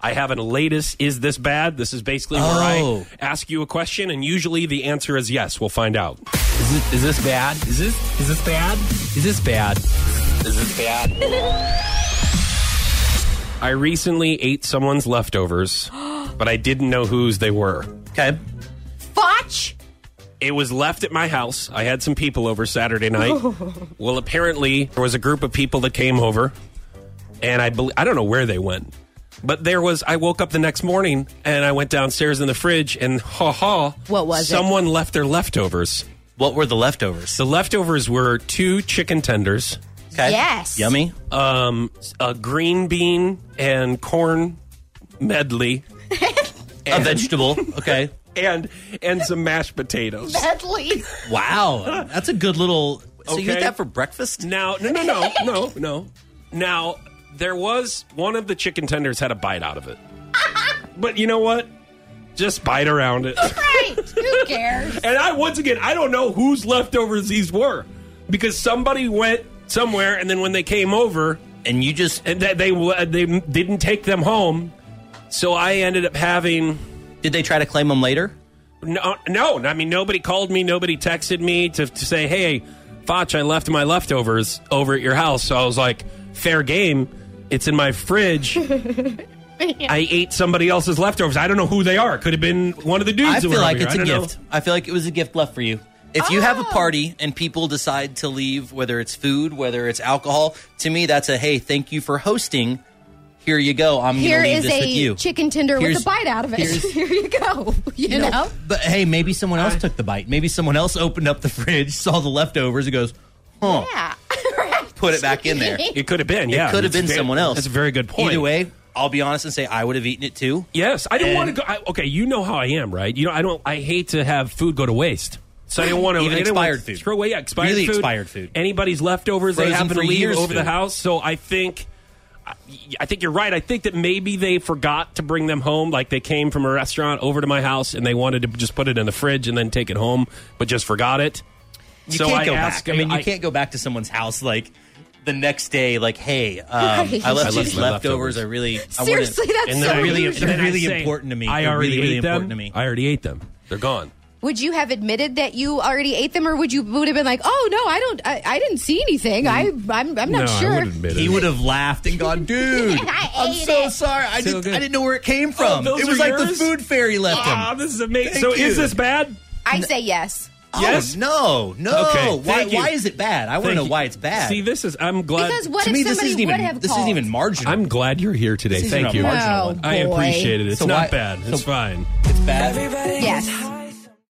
I have an latest. Is this bad? This is basically Oh. where I ask you a question, and usually the answer is yes. We'll find out. Is, it, is this bad? Is this is this bad? Is this bad? Is this bad? I recently ate someone's leftovers, but I didn't know whose they were. Okay. Fotch? It was left at my house. I had some people over Saturday night. well, apparently there was a group of people that came over, and I bel I don't know where they went, but there was. I woke up the next morning and I went downstairs in the fridge and ha ha. What was it? Someone left their leftovers. What were the leftovers? The leftovers were two chicken tenders, Okay. Yes. Yummy. um, a green bean and corn medley, a vegetable. Okay. and and some mashed potatoes. Deadly. Wow. That's a good little. So you Okay. ate that for breakfast? Now, no, no, no, no, no. Now, there was one of the chicken tenders had a bite out of it. But you know what? Just bite around it. right. Who cares? And I, once again, I don't know whose leftovers these were because somebody went somewhere and then when they came over, And you just and that they, they didn't take them home. So I ended up having did they try to claim them later? No, no. I mean, nobody called me. Nobody texted me to, to say, "Hey, Foch, I left my leftovers over at your house." So I was like, "Fair game. It's in my fridge. I ate somebody else's leftovers. I don't know who they are. Could have been one of the dudes. I that feel were over like here. I it's a don't know. gift. I feel like it was a gift left for you. If you have a Oh. party and people decide to leave, whether it's food, whether it's alcohol, to me that's a hey, thank you for hosting. Here you go. I'm going Here to leave is this with a you. chicken tender with Here's- a bite out of it. here's- Here you go. You, know? But hey, maybe someone else took the bite. Maybe someone else opened up the fridge, saw the leftovers, and goes, "Huh." Yeah. Oh. Put it back in there. It It could have been. Yeah, could have It's been ve- someone else. That's a very good point. Either way, I'll be honest and say I would have eaten it too. yes, I didn't And- want to go. I, okay, you know how I am, right? You know, I don't. I hate to have food go to waste. So I didn't want to Even I didn't wanna expired food. Throw away yeah, expired Really food. expired food. Anybody's leftovers they Frozen happen to for leave years over the food. house. So I think, I- I think you're right. I think that maybe they forgot to bring them home. Like they came from a restaurant over to my house and they wanted to just put it in the fridge and then take it home, but just forgot it. You so can't I go asked, back. I mean, you can't go back to someone's house like the next day. Like, hey, um, I left I left these my leftovers. leftovers. I really I wanna- Seriously, that's And so then I really, rude. and then I really say, important to me. I They're already really, really ate them. important to me. I already ate them. They're gone. Would you have admitted that you already ate them, or would you would have been like, "Oh no, I don't, I, I didn't see anything. I, Mm. I'm, I'm no, not sure." I would admit He it. would have laughed and gone, dude. I I'm ate so it." sorry. I So didn't. good. Oh, I didn't know where it came from. those it was are like the yours? food fairy left Ah, him. this is amazing. Thank So you. is this bad? I say yes. Oh, Yes? no. No. Okay, Why? thank you. Why is it bad? I want to Thank know you. why it's bad. See, this is. I'm glad. Because what to if me, this somebody isn't would even. have This called? isn't even marginal. I'm glad you're here today. This isn't Thank a you. marginal No. one. I boy. appreciate it. It's So not why- bad. It's so- fine. It's bad.